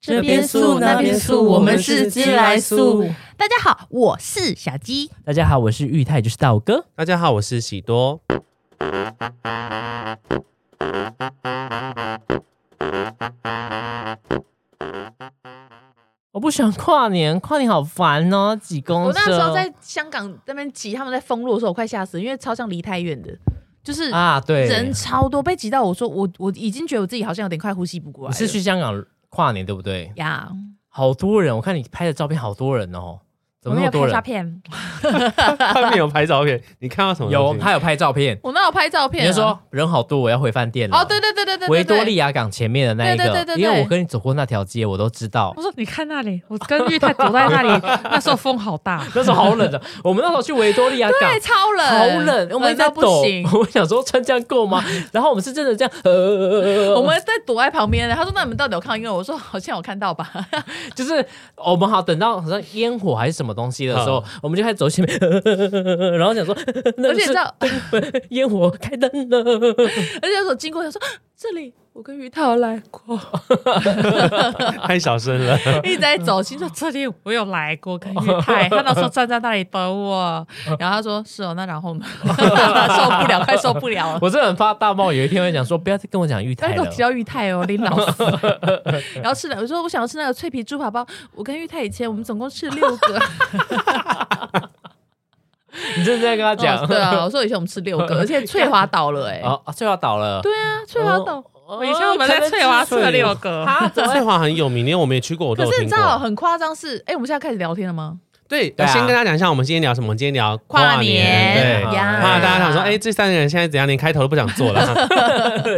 这边素那边素我们是鸡来素。大家好，我是小鸡。大家好，我是玉泰，就是道哥。大家好，我是喜多。我不想跨年，跨年好烦哦，挤公我车。那时候在香港那边挤，他们在封路的时候，我快吓死了，因为超像离太远的，就是啊，对，人超多，被挤到我说我我已经觉得我自己好像有点快呼吸不过你来了。是去香港跨年对不对？呀？好多人，我看你拍的照片，好多人哦，怎么我没那么有多拍人照？片，他没有拍照片，你看到什么东有，西？他有拍照片。我哪有拍照片、你啊？就说人好多，我要回饭店了。哦，对对对对对，对维多。对利亚港前面的那一个，对对对对对因为我跟你走过那条街，我都知道我。说你看那里，我跟玉泰躲在 那里，那时候风好大，那时候好冷的，我们那时候去维多利亚港对，。超冷，好冷，我们一直在到抖不行。。我想说穿这样够吗？然后我们是真的这样，呃，我们在躲在旁边的，他说：“那你们到底有看到音乐？”我说：“好像有看到吧。就是我们好等到好像烟火还是什么东西的时候，我们就开始走前面，然后想说， 那而且你知是道， 烟火开灯了，而且那时候经过，他说 啊：“这里我跟于 涛来过。太小声了。”一直在走，心说就这里我有来过 跟玉泰，他那时候站在那里等我，然后他说：“是哦，那然后呢？ 受不了，快受不了了。我真的很发大冒，有一天会讲说，不要再跟我讲玉”但泰是我了提。到玉泰哦，林老师，然后吃了，我说我想要吃那个脆皮猪扒包。我跟玉泰以前我们总共吃了六 个，你真的在跟他哦讲？对啊，我说以前我们吃六个，而且翠华倒了哎、哦，啊，翠华倒了。对啊，翠华倒。哦，我以前我们在翠华吃了六个哦啊，怎翠么华很有名，连我们也去过，我都可有是听你知道过。很夸张是，哎、我们现在开始聊天了吗？对，对啊先跟大家讲一下，我们今天聊什么？我们今天聊跨年对。呀怕大家想说，哎，这三个人现在怎样，连开头都不想做 了。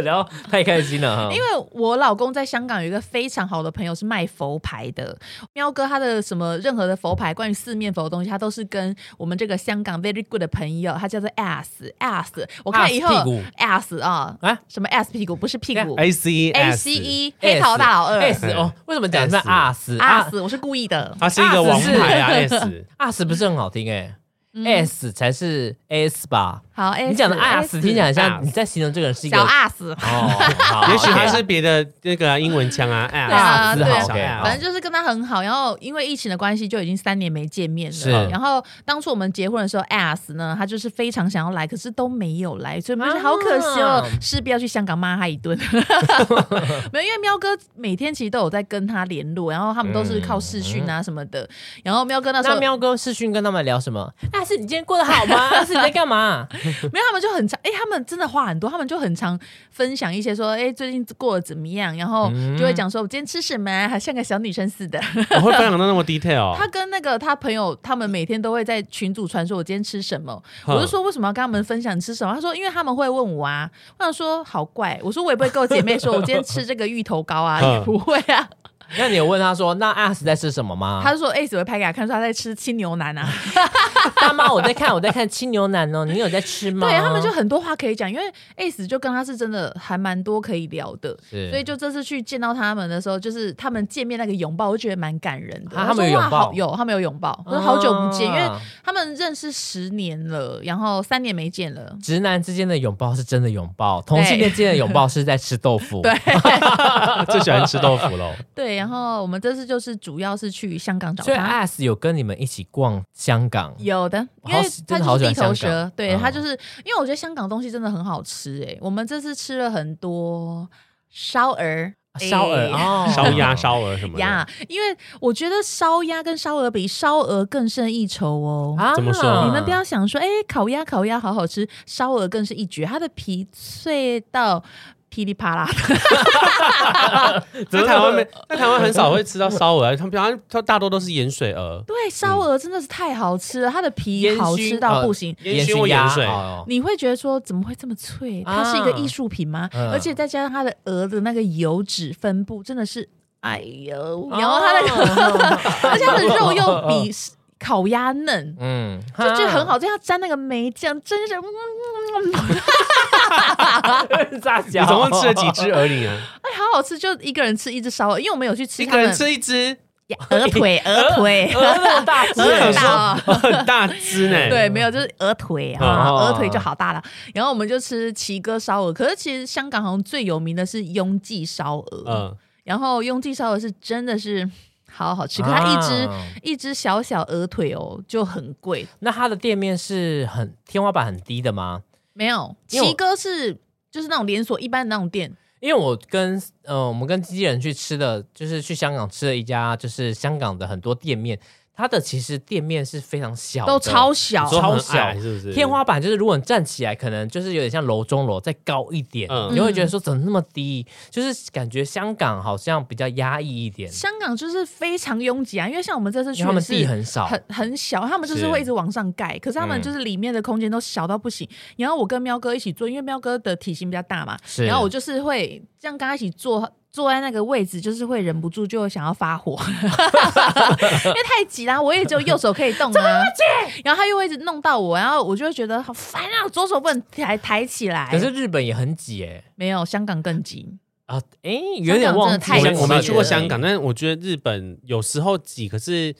然后太开心了哈因。为我老公在香港有一个非常好的朋友是卖佛牌的，喵哥他的什么任何的佛牌，关于四面佛的东西，他都是跟我们这个香港 very good 的朋友，他叫做 S S，我看以后 S 屁股 S 啊啊哎什么 S 屁股不是屁股哎 A C A C E 黑桃大老二嗯 S 哦，为什么讲是 S S，我是故意的，它是一个王牌啊，S。 S 不是很好听哎嗯，S 才是 S 吧？好 S，你讲的 S S 听起来很像 S 你在形容这个人是一个小 S，哦，好 也许它 OK 是别的那个英文腔啊对啊，S 对啊小反 S 正就是跟他很好，然后因为疫情的关系，就已经三年没见面了。是然后当初我们结婚的时候，S 呢，他就是非常想要来，可是都没有来，所以我们就觉得好可惜哦啊，势必要去香港骂他一 顿。没有，因为喵哥每天其实都有在跟他联络，然后他们都是靠视讯啊什么的。然后喵哥那时候那没有，喵哥视讯跟他们聊什么？啊，是你今天过得 好吗？啊，是你在干嘛？他们就很常，哎、他们真的话很多，他们就很常分享一些说，哎、最近过得怎么样，然后嗯就会讲说我今天吃什么啊，还像个小女生似的。我会分享到那么哦 detail。他跟那个他朋友，他们每天都会在群组传说我今天吃什么。哼我就说为什么要跟他们分享你吃什么？他说因为他们会问我啊。我想说好怪，我说我也不会跟我姐妹说我今天吃这个芋头糕 啊，哼也不会啊。那你有问他说，那阿斯在吃什么吗？他就说哎，只会拍给他看，说他在吃青牛腩 啊。大妈，我在看，我在看青牛腩哦，你有在吃吗？对他们就很多话可以讲，因为 Ace 就跟他是真的还蛮多可以聊的。是，所以就这次去见到他们的时候，就是他们见面那个拥抱，我就觉得蛮感人的。啊我他们有说哇拥抱啊好有他们有拥抱。我说好久不见，因为他们认识十年了，然后三年没见了。直男之间的拥抱是真的拥抱，同性恋之间的拥抱是在吃豆腐。 对 最喜欢吃豆腐 喽。对，然后我们这次就是主要是去香港找所以他。阿斯有跟你们一起逛香港，有的，因好为喜他真的好就是喜地欢头香蛇港，对嗯他就是因为我觉得香港东西真的很好吃哎、我们这次吃了很多烧鹅、烧鹅哎哦，烧鸭、烧鹅什么的，呀，因为我觉得烧鸭跟烧鹅比烧鹅更胜一筹哦。啊怎么说你们不要想说，哎、烤鸭烤鸭好好吃，烧鹅更是一绝，它的皮脆到噼里啪啦的。 在台 湾没，在台湾很少会吃到烧鹅，啊他们比方它大多都是盐水 鹅。对，烧鹅真的是太好吃了，它的皮嗯烟熏呃好吃到不行。烟熏或盐水哦你会觉得说怎么会这么脆？啊它是一个艺术品吗？嗯而且再加上它的鹅的那个油脂分布，真的是，哎呦，哦然后它那个，哦而且它的肉又比烤鸭嫩，嗯，就啊就很好， 这样沾那个梅酱，真是，嗯嗯嗯嗯炸你总共吃了 几只鹅你啊？哎，好好吃！就一个人吃一只烧鹅，因为我们有去吃一他个们人吃一啊只， 呀鹅腿，鹅腿，鹅那么大只，我想大哦说很大只 呢。对，没有，就是鹅腿啊，哦鹅腿就好大了。然后我们就吃奇哥烧鹅，可是其实香港好像最有名的是雍记烧鹅，嗯，然后拥记烧鹅是真的是好好吃，可它一只、啊一只小小鹅腿哦就很贵，那它的店面是很天花板很低的吗？没有，因为我奇哥是就是那种连锁一般的那种店，因为我跟呃，我们跟经纪人去吃的，就是去香港吃了一家，就是香港的很多店面，它的其实店面是非常小的，都超小你，说超很小矮是不是？天花板就是如果你站起来，可能就是有点像楼中楼再高一点，嗯你会觉得说怎么那么低？就是感觉香港好像比较压抑一点，香港就是非常拥挤啊，因为像我们这次去因为他们也是地很少，很很小，他们就是是会一直往上盖，可是他们嗯就是里面的空间都小到不行。然后我跟喵哥一起坐，因为喵哥的体型比较大嘛，是然后我就是会这样跟他一起坐。坐在那个位置，就是会忍不住就想要发火， 因为太挤啦，我也只有右手可以动啊。然后他又会一直弄到我，然后我就会觉得好烦啊，我左手不能抬抬起来。可是日本也很挤哎、没有，香港更挤。啊，哎、有点忘记香港真的太小我没了我没去过香港，但是我觉得日本有时候挤，可是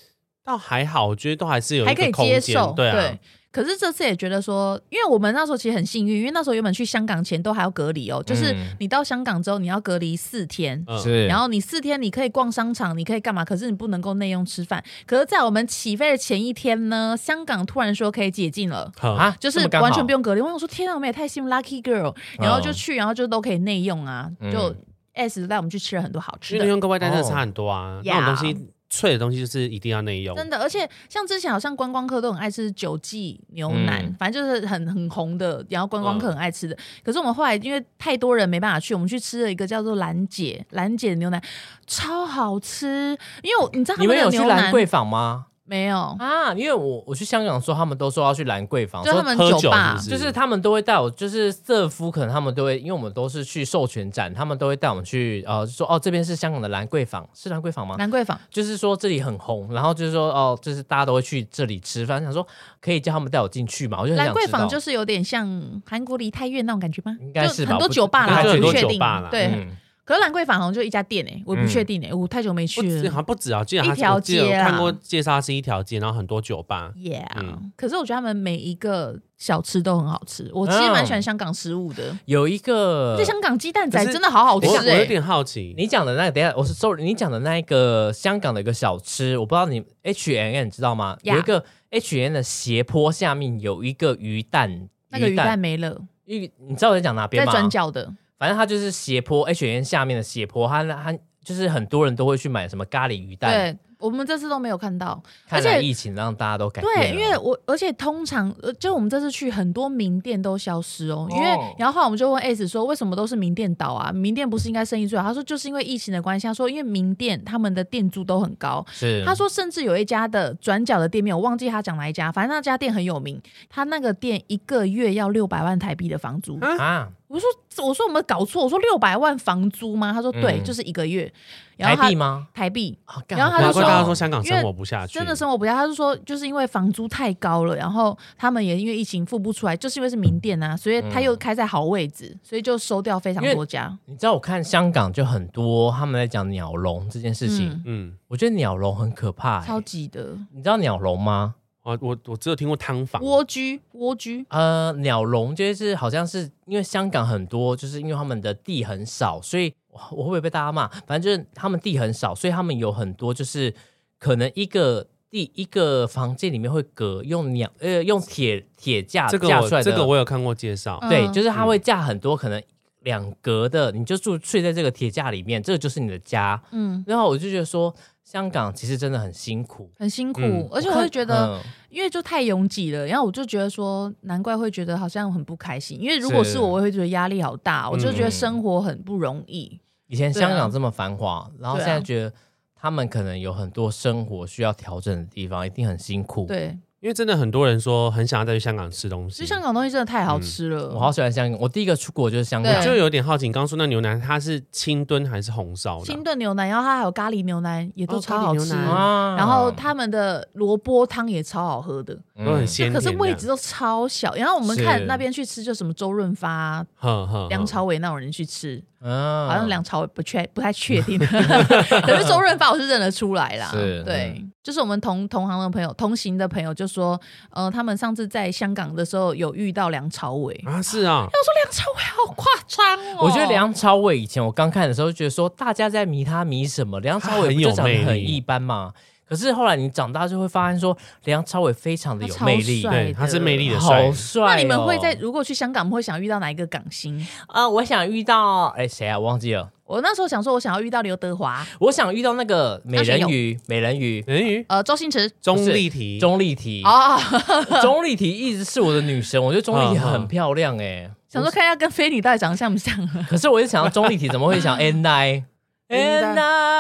倒还好，我觉得都还是有一还可个以空接间受，对啊，可是这次也觉得说，因为我们那时候其实很幸运，因为那时候原本去香港前都还要隔离哦，就是嗯你到香港之后你要隔离四天。嗯是，然后你四天你可以逛商场，你可以干嘛？可是你不能够内用吃饭。可是，在我们起飞的前一天呢，香港突然说可以解禁了，好啊，就是这么刚好完全不用隔离。我想说，天啊，我们也太幸运，lucky girl。然后就去，然后就都可以内用啊，就嗯 S 带我们去吃了很多好吃因的为。用跟外带真的差很多啊哦，那种东西脆的东西就是一定要内用，真的，而且像之前好像观光客都很爱吃九记牛腩，嗯反正就是很很红的，然后观光客很爱吃的。可是我们后来因为太多人没办法去，我们去吃了一个叫做兰姐兰姐的牛腩，超好吃。因为我你知道他你们们的有去牛兰腩桂坊吗？没有？啊，因为我我去香港的时候，他们都说要去兰桂坊，就哦说他们喝酒吧是不是就是他们都会带我，就是瑟夫，可能他们都会，因为我们都是去授权展，他们都会带我们去，呃，说哦，这边是香港的兰桂坊，是兰桂坊吗？兰桂坊，就是说这里很红，然后就是说哦，就是大家都会去这里吃饭，想说可以叫他们带我进去嘛，我就很兰想桂知道。坊就是有点像韩国梨泰院那种感觉吗？应该就是吧很多不酒吧啦，应该我是不确很多定酒吧啦。对，嗯可是兰桂坊好像就一家店欸诶，我不确定诶，我太久没不去止了好。像不止啊，我记得它一条我记得有街啊看过介绍它是一条街，然后很多酒吧， Yeah，、嗯可是我觉得他们每一个小吃都很好吃，我其实蛮喜欢香港食物的。有一个这香港鸡蛋仔可是真的好好吃我我哎、有点好奇，你讲的那个，等一下我是 sorry，你讲的那一个香港的一个小吃，我不知道你 H N N 你知道吗 Yeah 有一个 H N 的斜坡下面有一个鱼蛋，那个鱼蛋蛋没了，鱼，你知道我在讲哪边在吗？转角的，反正它就是斜坡 H N 下面的斜坡，它它就是很多人都会去买什么咖喱鱼蛋，对我们这次都没有看到。看而来且疫情让大家都改变了对，因为我而且通常呃，就我们这次去很多名店都消失哦，哦因为然后后来我们就问 S 说为什么都是名店倒啊？名店不是应该生意最好？他说就是因为疫情的关系，他说因为名店他们的店租都很高，是他说，甚至有一家的转角的店面，我忘记他讲哪一家，反正那家店很有名。他那个店一个月要六百万台币的房租。啊，我说，我说我们搞错，我说六百万房租吗？他说对，嗯就是一个月。然台后他币吗？台币啊干然后他难就怪说大家说香港生活不下去，真的生活不下，他就说就是因为房租太高了，然后他们也因为疫情付不出来，就是因为是名店嗯啊，所以他又开在好位置，所以就收掉非常因为多家。你知道我看香港就很多他们在讲鸟笼这件事情，嗯，嗯，我觉得鸟笼很可怕、超欸。级的你知道鸟笼吗？我我我只有听过汤房，蜗居，蜗居。呃，鸟笼就是好像是因为香港很多，就是因为他们的地很少，所以哇我会不会被大家骂？反正就是他们地很少，所以他们有很多就是可能一个地一个房间里面会隔用鸟呃用铁铁架这个架出我来的，这个我有看过介绍，对，嗯就是它会架很多可能两格的，你就住睡在这个铁架里面，这个就是你的家。嗯，然后我就觉得说，香港其实真的很辛苦，很辛苦，嗯而且我会觉得。嗯因为就太拥挤了，然后我就觉得说，难怪会觉得好像很不开心。因为如果是我，我会觉得压力好大，我就觉得生活很不容易。以前对啊香港这么繁华，然后对啊现在觉得他们可能有很多生活需要调整的地方，一定很辛苦。，对，因为真的很多人说很想要再去香港吃东其实西。香港东西真的太好吃了。嗯我好喜欢香港，我第一个出国就是香港对，就有点好奇，你刚刚说那牛腩它是清炖还是红烧的？啊清炖牛腩，然后它还有咖喱牛腩，也都超好哦啊吃。咖喱牛腩然后他他们的萝卜汤也超好喝的，嗯都很鲜对，甜。可是位置，都超小。然后我们是看那边去吃，就什么周润发啊、哼哼，梁哼朝伟那种人去吃，嗯好像梁朝伟不确不太确 定，可是周润发我是认得出来啦。是对，就是我嗯们同同行的朋友、同行的朋友就说，呃，他们上次在香港的时候有遇到梁朝伟，我啊，是啊，说梁朝伟好夸张哦，我觉得梁朝伟以前我刚看的时候，觉得说大家在迷他迷什么？梁朝伟不就长得很一般嘛？可是后来你长大就会发现说，梁朝伟非常的有魅力他超，帅对，他是魅力的帅好，帅哦、那你们会在如果去香港，我们会想遇到哪一个港星？啊、我想遇到哎谁啊？我忘记了。我那时候想说，我想要遇到刘德华，我想遇到那个美人鱼，美人鱼人鱼呃，周星驰。钟丽缇，钟丽缇。 哦，嗯钟丽缇一直是我的女神，我觉得钟丽缇很漂亮哎、想说看一下跟菲女到底长得像不像啊？可是我一直想到钟丽缇，怎么会想 N I N I？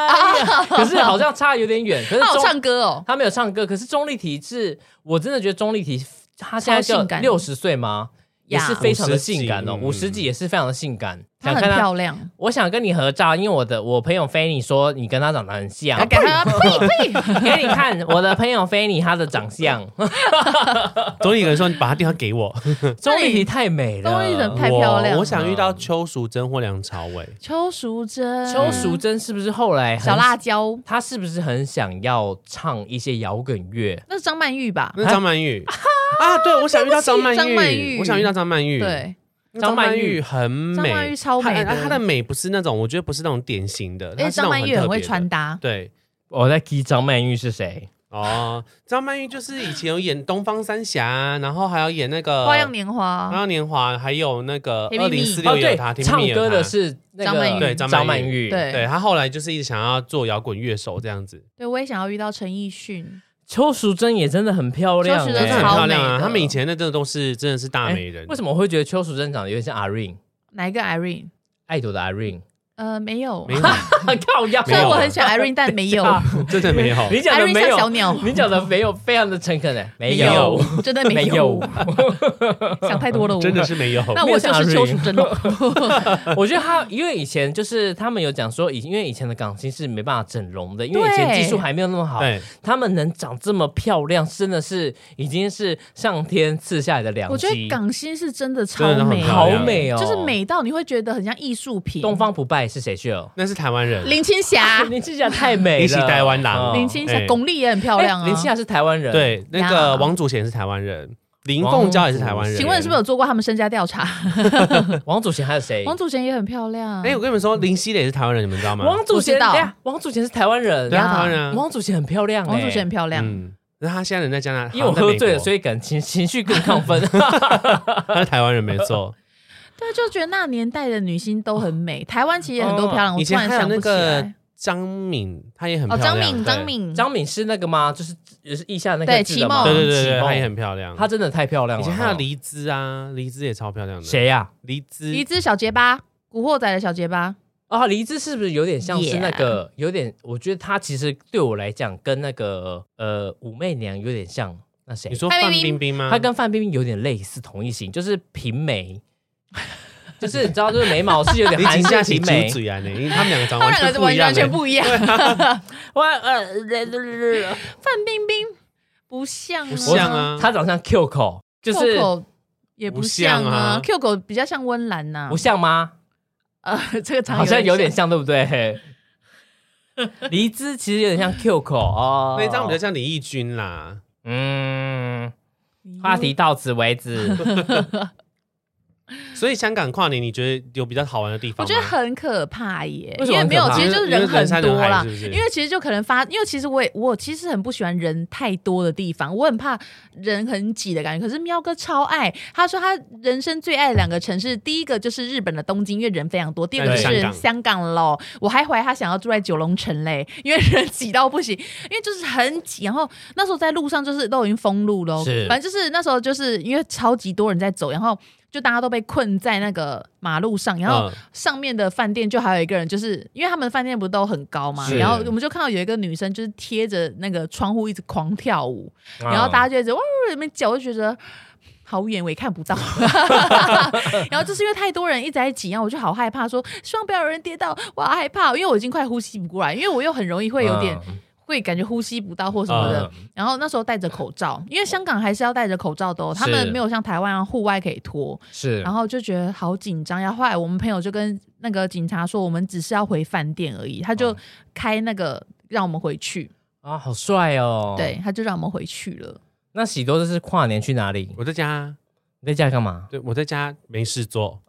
可是好像差有点远。可是她有钟唱歌哦，他没有唱歌，可是钟丽缇是我真的觉得钟丽缇，她现在超就性感六十岁吗？也呀是非常的性感哦，五50十几也是非常的性感。她很漂亮。我想跟你合照，因为我的我朋友菲尼说你跟她长得很像啊， 给她呸呸！ 给你看我的朋友菲尼她的长相，钟丽缇说：“你把他电话给我。钟丽缇太美了，钟丽缇 太漂亮了我我想遇到邱淑贞或梁朝伟。邱淑贞，邱淑贞是不是后来嗯很小辣？椒，她是不是很想要唱一些摇滚乐？那是张曼玉吧？那张 曼玉啊，对，我想遇到张曼张曼玉玉，我想遇到张曼玉。，对，张张曼曼玉很美，张曼玉超美的她她的美不是那种，我觉得不是那种典型的，因她为是那张种曼玉很特会别的穿。搭，对，我在 key 张曼玉是谁？哦，张曼玉就是以前有演《东方三侠》，然后还有演那个《花样年华花》样年华，还有那个甜二蜜零蜜四哦，六也对有她，，甜唱蜜蜜也有歌的她是那张曼玉个对张张曼玉玉，对对她后来就是一直想要做摇滚乐手这样子，对我也想要遇到陈奕迅，邱淑贞也真的很漂亮、欸，邱淑真贞的很超漂亮美啊！的他们以前那真的都是真的是大哎美人为，什么我会觉得邱淑贞长得有点像 Irene 哪一个 Irene？爱朵的 Irene？呃，没有 没，有， 靠腰，虽然没有啊我很喜欢 Irene，但没 有等一真的没有。啊你讲的，Irene 没像小有，鸟，你讲的没有，非常的诚恳的，没没有 有，真的没有， 想太多了，我真的是没有。那我就是邱淑贞 了。我觉得他，因为以前就是他们有讲说，以因为以前的港星是没办法整容的，因为以前技术还没有那么好，对，他们能长这么漂亮，真的是已经是上天赐下来的良我觉得机，港星是真的超真的很美，漂好亮美哦，就是。美到你会觉得很像艺术品。东方不败是谁去了？那是台湾人，林青 霞，林青霞太 美了，你是台湾人哦林青霞哎，巩俐也很漂亮啊。哎林青霞是台湾人，，对，那呀个王祖贤是台湾人，林凤娇也是台湾人。请问是不是有做过他们身家调查？王祖贤还有谁？王祖贤也很漂亮。哎哎，我跟你们说，林熙蕾是台湾人，你们知道吗？王祖贤，不知道等一下王祖贤是台湾人，对啊，呀台湾人啊。王祖贤很漂亮，欸王祖贤很。漂亮，嗯，那他现在人在加拿大，因为我喝醉了，所以以感情情绪更亢 奋。他是台湾人没错。对，就觉得那年代的女星都很美。台湾其实也很多漂 亮，我哦以突前然还有想那不起个来。张敏，她也很漂哦，亮。张敏，对张，敏，张敏是那个吗？就是也是腋下那对个字的吗？齐对梦对对齐对，梦她也很漂亮。她真的太漂亮以了。前还有哦黎姿啊，黎姿也超漂亮的。？谁啊呀？黎姿，一只小结巴，古惑仔的小结哦巴，啊，黎姿是不是有点像是那个有点？我觉得她其实对我来讲跟那个呃武媚娘有点像。那谁你？说范范冰冰冰吗？她跟范冰冰有点类似，同一型，就是平 眉，就是你知道，就是眉毛是有点你韩请假式请平猪眉。嘴啊你，因为他们两个长他们两得个不完一全样完全欸。不一样。我呃，对对对对范冰冰不像，不像，啊，她长相 Q 口，就 Q 是狗也不像不像啊啊，Q 狗比较像温岚呐不。像吗？呃，这 个常好像有点像，对不对？黎姿其实有点像 Q 口哦，那张比较像李翊君啦。嗯。像话题到此为止，所以香港跨年，你觉得有比较好玩的地我方吗？觉得很可怕耶，为什因为么很没可有，怕其实就是人很山多人海啦。是不是？因为其实就可能发，因为其实我也我其实很不喜欢人太多的地方，我很怕人很挤的感觉。可是喵哥超爱，他说他人生最爱的两个城市，第一个就是日本的东京，因为人非常多；第二个就对是香港香港喽。我还怀疑他想要住在九龙城嘞，因为人挤到不行，因为就是很挤。然后那时候在路上就是都已经封路喽，是反正就是那时候就是因为超级多人在走，然后。就大家都被困在那个马路上，然后嗯上面的饭店就还有一个人，就是因为他们饭店不是都很高嘛，是然后我们就看到有一个女生就是贴着那个窗户一直狂跳舞， 然后大家家就一直哇，你们脚就觉得。好远，我也看不到。 然后就是因为太多人一直在挤，然后我就好啊嗯害怕说希望不要有人跌倒，我好害怕，因为我已经快呼吸不过来，因为我又很容易会有点呃会感觉呼吸不到或什么的。然后那时候戴着口罩，因为香港还是要戴着口罩的、哦，是他们没有像台湾啊户外可以脱，是然后就觉得好紧张呀。后来我们朋友就跟那个警察说，我们只是要回饭店而已，他就哦开那个让我们回去，啊，好帅哦。对，，他就让我们回去了。那喜多这是跨年去哪里？我在家，你在家干嘛？对我在家没事做。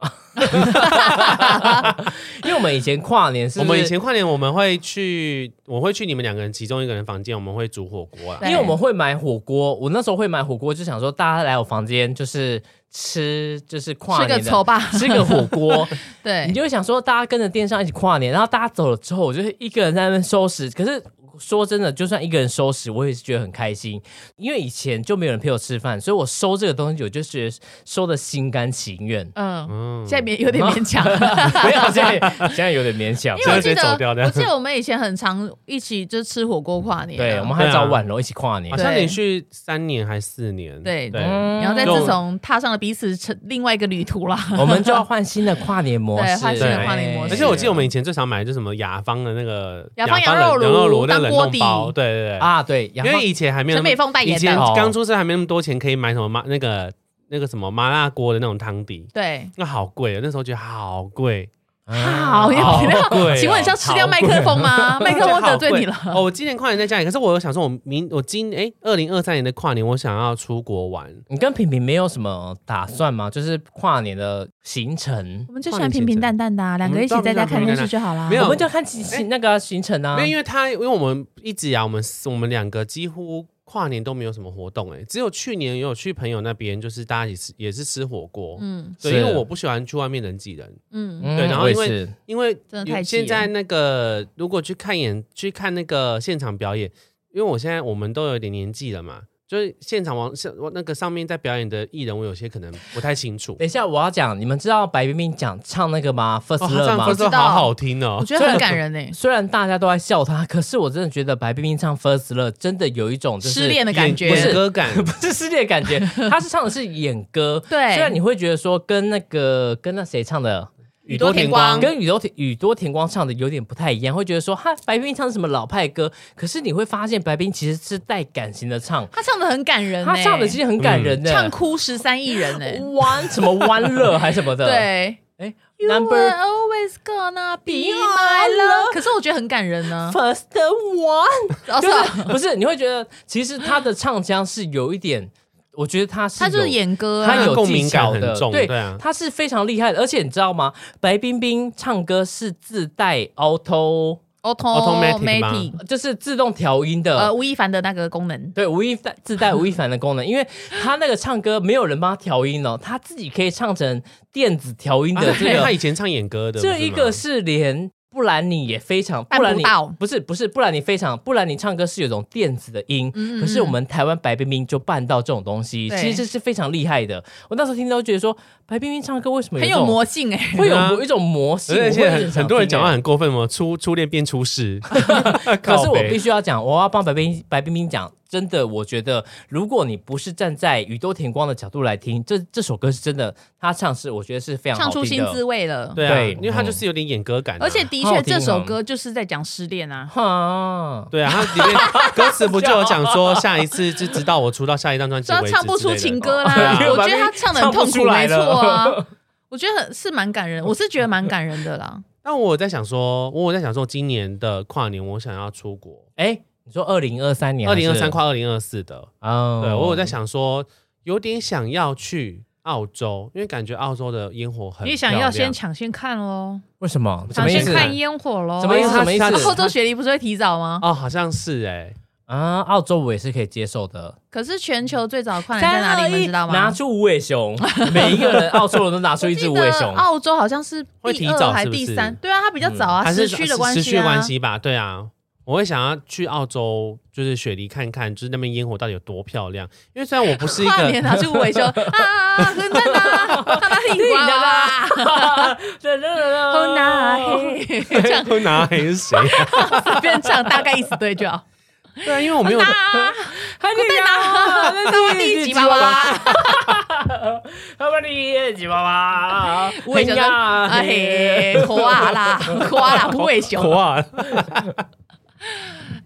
因为我们以前跨年是，我们以，前跨年我们会去，我会去你们两个人其中一个人房间，我们会煮火锅啊。对因为我们会买火锅，我那时候会买火锅，就想说大家来我房间就是吃，就是跨吃年个的丑吧， 吃个火锅， 对。你，就会想说大家跟着电商一起跨年，然后大家走了之后，我就一个人在那边收拾。可是说真的，就算一个人收拾，我也是觉得很开心，因为以前就没有人陪我吃饭，所以我收这个东西，我就觉得收的心甘情愿 嗯，嗯，现在勉有点勉强。 没有，现在现在有点勉强因。为我直接记走掉这得，样我记得我们以前很常一起就吃火锅跨年啊，对，我们还对啊找婉柔一起跨年好。像对连续三年还四年。对对，嗯然后在就自从踏上了彼此成另外一个旅途啦，啊我们就要换新的跨年模式，对换新的跨年模式而且我记得我们以前最常买的就是什么雅芳的那个雅芳的羊肉炉羊肉炉那个当冷锅冻底包，对对对，啊，对，因然后为以前还没有陈那么美凤代以言前的，哦刚出生还没那么多钱，可以买什么麻那个那个什么麻辣锅的那种汤底，对，那好贵哦，那时候觉得好 贵，啊好，你好贵 哦。请问你是要吃掉麦克风 吗？麦克风得罪你了。哦，我今年跨年在家里，可是我有想说，我明我今哎二零二三年的跨年，我想要出国玩。你跟平平没有什么打算吗？就是跨年的行程我，们就喜欢平平淡淡的、啊，两个一起在家看电视就好啦。没有我们就看行行那个行程啊没有，。因为他因为我们一直啊，我们我们两个几乎跨年都没有什么活动、哎，只有去年有去朋友那边，就是大家也是也是吃火锅。嗯对，是因为我不喜欢去外面人挤人，嗯，嗯对然后因为我也是因为真的有太挤现了在那个如果去看演去看那个现场表演，因为我现在我们都有点年纪了嘛，就是现场网上那个上面在表演的艺人，我有些可能不太清楚。等一下，我要讲，你们知道白冰冰讲唱那个吗？First 哦，他 Love 唱歌吗？真的好好听我哦。觉得很感人呢、欸虽然大家都在笑她，可是我真的觉得白冰冰唱 First Love 真的有一种就是失恋的感觉。演演歌感 不是失恋的感觉，她是唱的是演歌。对虽然你会觉得说跟那个跟那谁唱的，宇多多田田光光跟宇多田宇多田光唱的有点不太一样，会觉得说哈白冰冰唱的什么老派歌，可是你会发现白冰其实是带感情的唱，他唱的很感人、欸，她唱的其实很感人的，唱哭十三亿人呢、欸弯什么弯乐还是什么的，嗯对哎 You ，number are always gonna be my Be my love。可是我觉得很感人呢、 first one，老师就啊，是不是你会觉得其实他的唱腔是有一点，我觉得他是他就是有演歌、啊，他有共技鸣感巧很的，重对对啊他是非常厉害的。而且你知道吗？白冰冰唱歌是自带 auto， automatic 吗 automatic 就是自动调音的。呃，吴亦凡的那个功能，对，吴亦凡自带吴亦凡的功能，因为他那个唱歌没有人帮他调音哦，他自己可以唱成电子调音 的啊这因为个他以前唱演歌的，不这是一吗个是连布兰妮也非常，办布兰不妮到不是不是布兰妮非常，布兰妮唱歌是有一种电子的音，嗯嗯可是我们台湾白冰冰就办到这种东西，对其实这是非常厉害的。我那时候听到觉得说，白冰冰唱歌为什么有很一有种魔性哎、会对啊有一种魔性？而且我会很很多人讲话很很过分嘛，初初恋变 出事。想听欸，可可是我必须要讲，我要帮白冰白冰冰讲，真的，我觉得如果你不是站在宇多田光的角度来听，这这首歌是真的，他唱是我觉得是非常唱好出听新滋的。味了。对啊，对哦因为他就是有点演歌感啊，而且的好确，好听这首哦歌就是在讲失恋啊。哈，对啊，他 里面歌词不就有讲说下一次就直到我出到下一张专辑虽然为止唱不出之类的情歌啦， 对啊我觉得他唱的很痛唱不苦，出来没了错 啊。我觉得很是蛮感人，我是觉得蛮感人的啦。但我在想说，我在想说，今年的跨年我想要出国，哎，你说二零二三年二还是，零二三跨二零二四的，哦，对我有在想说，有点想要去澳洲，因为感觉澳洲的烟火很你想要漂亮先抢先看喽，为什么？什抢么意先思？看烟火喽。什么意思？他什么意他是后思？周学历不是会提早吗？哦，好像是哎，啊，澳洲我也是可以接受的。可是全球最早跨年在哪里？你们知道吗？拿出无尾熊， 每一个人澳洲人都拿出一只无我尾记得哦熊。澳洲好像是会第提二早还是不第是三，对啊，它比较早啊，还是时区的关时系区啊。关系吧？对啊，我会想要去澳洲，就是雪梨看看，就是那边烟火到底有多漂亮。因为虽然我不是一跨个 年拿出维修啊，很赞啊，他哪里瓜啦？ 好好难，嘿，这样会拿黑是谁啊、随便唱，大概意思对就好。对啊，因为我没有 啊，还得拿，那那么第几娃娃？他们第几娃娃？无尾熊跟啊 嘿，火啊啦，火啊啦，无尾熊口啊，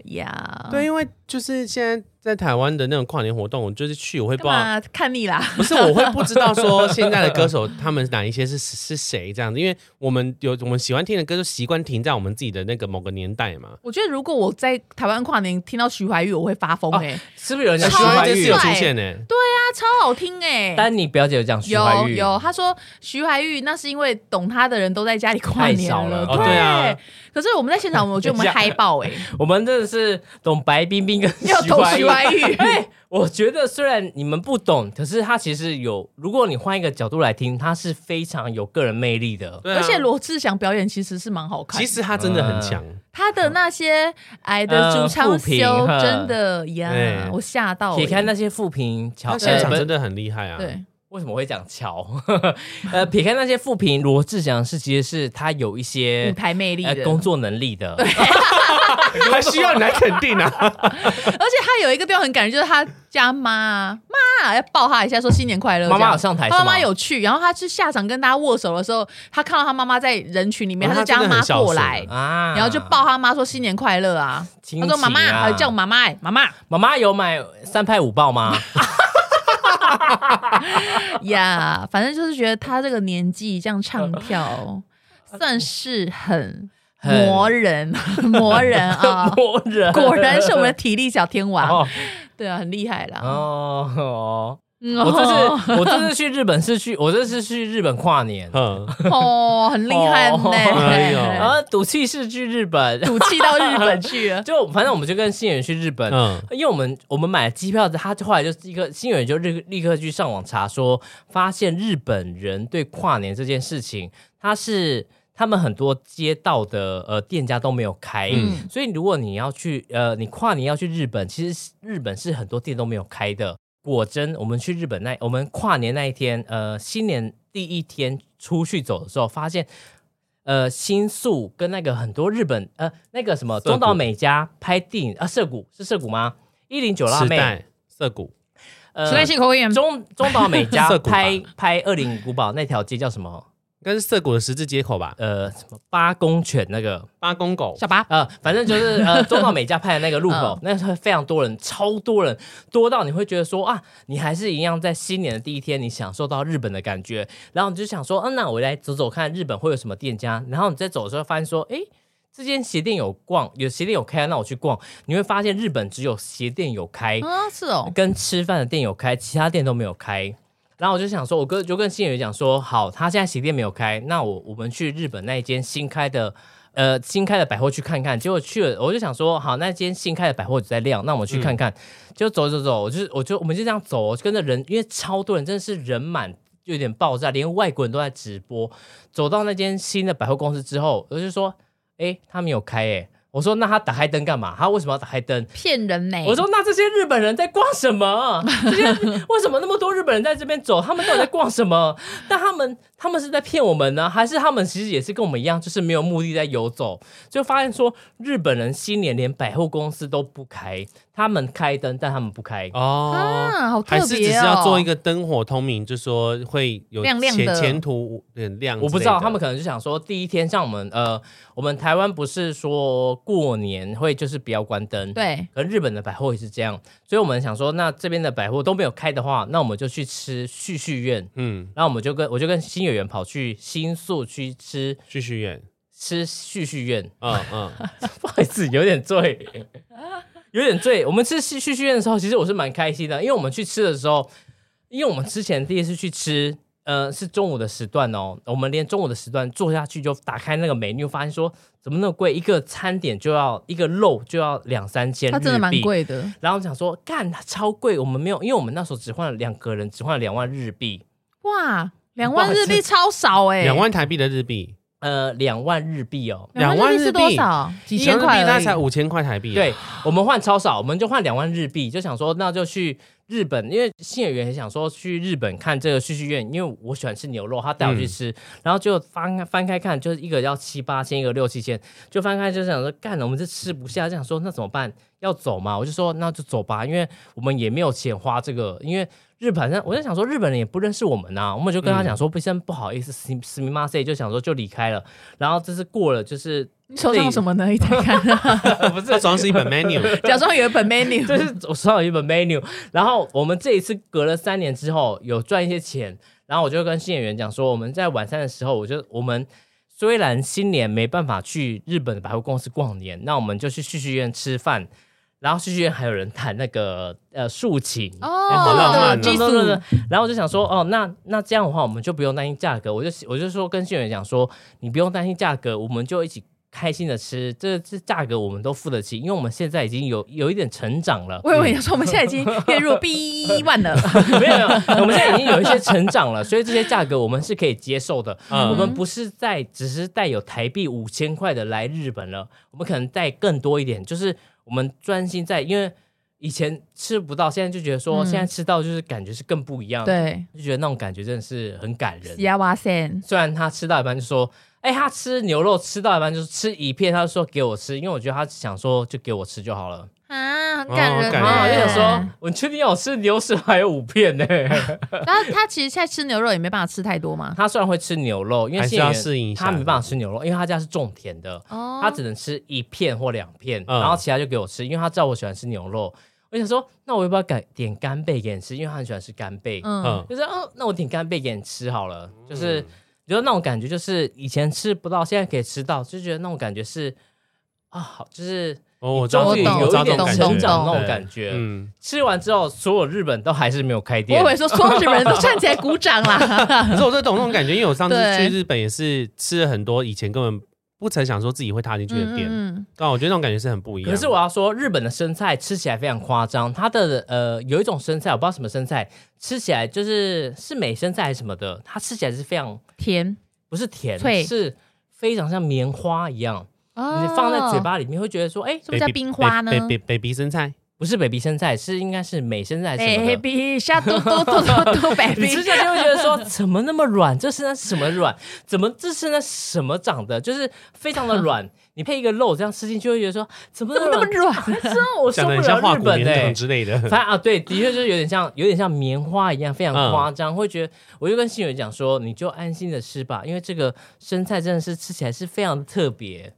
呀。对，，因为就是现在在台湾的那种跨年活动，我就是去我会不干知道，嘛啊看腻啦？不是我会不知 道说现在的歌手他们哪一些是是谁这样子，因为我们有我们喜欢听的歌就习惯停在我们自己的那个某个年代嘛。我觉得如果我在台湾跨年听到徐怀钰，我会发疯哦哎、欸，是不是有人讲徐徐超怀怀钰是钰有帅有？出现呢、她超好听哎、丹尼表姐有讲徐怀有钰，有，他说徐怀钰那是因为懂她的人都在家里跨太年少了哦对啊可是我们在现场，我觉得我们等一下嗨爆哎、我们真的是懂白冰冰跟 要徐懂怀徐钰。怀钰，哎，我觉得虽然你们不懂，可是他其实有，如果你换一个角度来听，他是非常有个人魅力的。对啊而且罗志祥表演其实是蛮好看的，其实他真的很强，嗯他的那些矮的主唱呃复评修呵真的呀对，我吓到撇欸。开那些负评，乔他现场呃真的很厉害啊。对，为什么会讲乔？ 呃，撇开那些负评，罗志祥是其实是他有一舞些台魅力呃的，工作能力的， 还需要你来肯定啊！而且他有一个地方很感人，就是他家妈啊妈要抱他一下，说新年快乐这妈样。妈有上台是他吗，妈妈有去，然后他去下场跟大家握手的时候，他看到他妈妈在人群里面，哦他就叫他真的妈很孝过顺来，啊，然后就抱他妈说新年快乐啊。亲他情说啊。妈妈，还有叫我妈妈欸，妈妈妈妈有买三派五报吗？呀，反正就是觉得他这个年纪这样唱 跳，算是很很磨人， 磨人啊、 魔 人果然是我们的体力小天王，哦对啊，很厉害啦。哦哦，嗯 我这哦次我这次去日本是去我这次去日本跨年， 嗯，哦，很厉害呢、哎呦啊，赌气是去日本，。赌气到日本去了就反正我们就跟新人去日本，嗯，因为我们我们买了机票，他后来就立刻新人就立立刻去上网查说，发现日本人对跨年这件事情，他是他们很多街道的呃店家都没有开，嗯所以如果你要去呃你跨年要去日本，其实是日本是很多店都没有开的。果真，我们去日本那我们跨年那一天，呃，新年第一天出去走的时候，发现。呃，新宿跟那个很多日本呃那个什么涩谷中岛美嘉拍电影啊，涩谷是涩谷吗？一零九辣时妹，代涩谷 呃时代性口演中中岛美 嘉涩谷吧拍拍二零古堡那条街叫什么？应该是涩谷的十字街口吧？呃，什么八公犬那个八公狗小八，呃，反正就是呃中岛美嘉拍的那个路口嗯，那是非常多人，超多人，多到你会觉得说啊，你还是一样在新年的第一天，你享受到日本的感觉，然后你就想说，嗯、那我来走走看日本会有什么店家，然后你在走的时候发现说，诶，这间鞋店有逛，有鞋店有开，啊那我去逛。你会发现日本只有鞋店有开，嗯，是哦，跟吃饭的店有开，其他店都没有开。然后我就想说，我跟就跟新宇讲说，好，他现在鞋店没有开，那我我们去日本那一间新开的，呃，新开的百货去看看。结果去了，我就想说，好，那间新开的百货只在亮，那我们去看看。就走走走，我就是我就我们就这样走，跟着人，因为超多人，真的是人满。就有点爆炸，连外国人都在直播。走到那间新的百货公司之后，我就说：“哎、他没有开哎、我说：“那他打开灯干嘛？他为什么要打开灯？骗人呢、我说那这些日本人在逛什么？这些为什么那么多日本人在这边走？他们到底在逛什么？但他们他们是在骗我们呢，还是他们其实也是跟我们一样，就是没有目的在游走？就发现说日本人新年连百货公司都不开，他们开灯，但他们不开。哦。啊，好还特是只别是哦。要做一个灯火通明，就说会有亮亮前的前途很亮之类的。我不知道，他们可能就想说，第一天像我们呃，我们台湾不是说过年会就是不要关灯，对，可日本的百货也是这样，所以我们想说，那这边的百货都没有开的话，那我们就去吃旭旭苑。嗯，然后我们就跟我就跟新演员跑去新宿去吃继续演，吃旭旭苑， 嗯 嗯，不好意思，有点醉， 有点醉。我们吃旭旭苑的时候，其实我是蛮开心的，因为我们去吃的时候，因为我们之前第一次去吃，呃，是中午的时段哦，我们连中午的时段坐下去就打开那个美女，发现说怎么那么贵，一个餐点就要一个肉就要两三千日他币，真的蛮贵的，然后我们想说，干超贵，我们没有，因为我们那时候只换了两个人，只换了两万日币，哇，两万日币超少哎、两万台币的日币，呃，两万日币哦。两万是多两少？几千块而一万日币那已才五千块台币。 对，我们换超少，我们就换两万日币，就想说那就去日本，因为新演员很想说去日本看这个旭旭苑，因为我喜欢吃牛肉，他带我去吃，然后就翻开翻开看，就是一个要七八千，一个六七千，就翻开就想说干了，我们这吃不下，就想说那怎么办？要走嘛？我就说那就走吧，因为我们也没有钱花这个，因为。日本人，我在想说日本人也不认识我们呐、我们就跟他讲说，不先不好意思，死死密马塞，就想说就离开了。然后这是过了，就是你手上有什么呢？一打开， 不是这装是一本 menu， 假装有一本 menu，就是我手上有一本 menu，然后我们这一次隔了三年之后有赚一些钱，然后我就跟新演员讲说，我们在晚餐的时候，我就我们虽然新年没办法去日本的百货公司逛年，那我们就去旭旭苑吃饭，然后旭旭苑还有人弹那个呃竖哦琴。好浪漫啊技对术哦对，对对然后我就想说，哦，那那这样的话，我们就不用担心价格。我就我就说跟新演员讲说，你不用担心价格，我们就一起开心的吃，这这价格我们都付得起，因为我们现在已经有有一点成长 了。我以为你说我们现在已经月入 B 万了，没有，没有，我们现在已经有一些成长了，所以这些价格我们是可以接受的。嗯我们不是在只是带有台币五千块的来日本了，我们可能带更多一点，就是我们专心在，因为以前吃不到，现在就觉得说嗯现在吃到就是感觉是更不一样，，对，就觉得那种感觉真的是很感人。西亚哇塞，虽然他吃到一半就说。哎、他吃牛肉吃到一半就是吃一片，他就说给我吃，因为我觉得他想说就给我吃就好了。啊，很感人哦欸。感然后我就人想说，我确定要我吃牛舌还有五片呢、 然后他其实现在吃牛肉也没办法吃太多嘛。他虽然会吃牛肉，因为还是谢元要适应一下他没办法吃牛肉，因为他家是种田的，哦，他只能吃一片或两片，嗯然后其他就给我吃，因为他知道我喜欢吃牛肉。我想说，那我要不要改点干贝给你吃？因为他很喜欢吃干贝，嗯嗯，就是哦，那我点干贝给你吃好了。就是嗯觉得那种感觉，就是以前吃不到，现在可以吃到，就觉得那种感觉是啊，好，就是哦，我知道终于这种我有知道一这点种感成觉，长那种对感觉。嗯，吃完之后，所有日本都还是没有开我店以。为说所有日本人都站起来鼓掌啦。 可是我在懂那种感觉，因为我上次对去日本也是吃了很多以前根本不曾想说自己会踏进去的店，嗯但我觉得那种感觉是很不一样。可是我要说，日本的生菜吃起来非常夸张，它的呃有一种生菜，我不知道什么生菜，吃起来就是是美生菜还是什么的，它吃起来是非常甜，不是甜，脆是非常像棉花一样，哦你放在嘴，巴里面会觉得说，哎、是不是叫 Baby- 冰花呢？北北北鼻生菜，不是 baby 生菜，是应该是美生菜什么的。 baby 下嘟嘟嘟嘟嘟你 baby，吃下去会觉得说，怎么那么软？这是那什么软？怎么这是那什么长的？就是非常的 软。你配一个肉这样吃进去，会觉得说，怎么怎么那么软？ 软？真的我受讲不的很了像化日骨本绵呢、欸掌之类的。反正啊，对，的确就是有点像，有点像棉花一样，非常嗯夸张，会觉得，我就跟新宇讲说，你就安心的吃吧，因为这个生菜真的是吃起来是非常特别，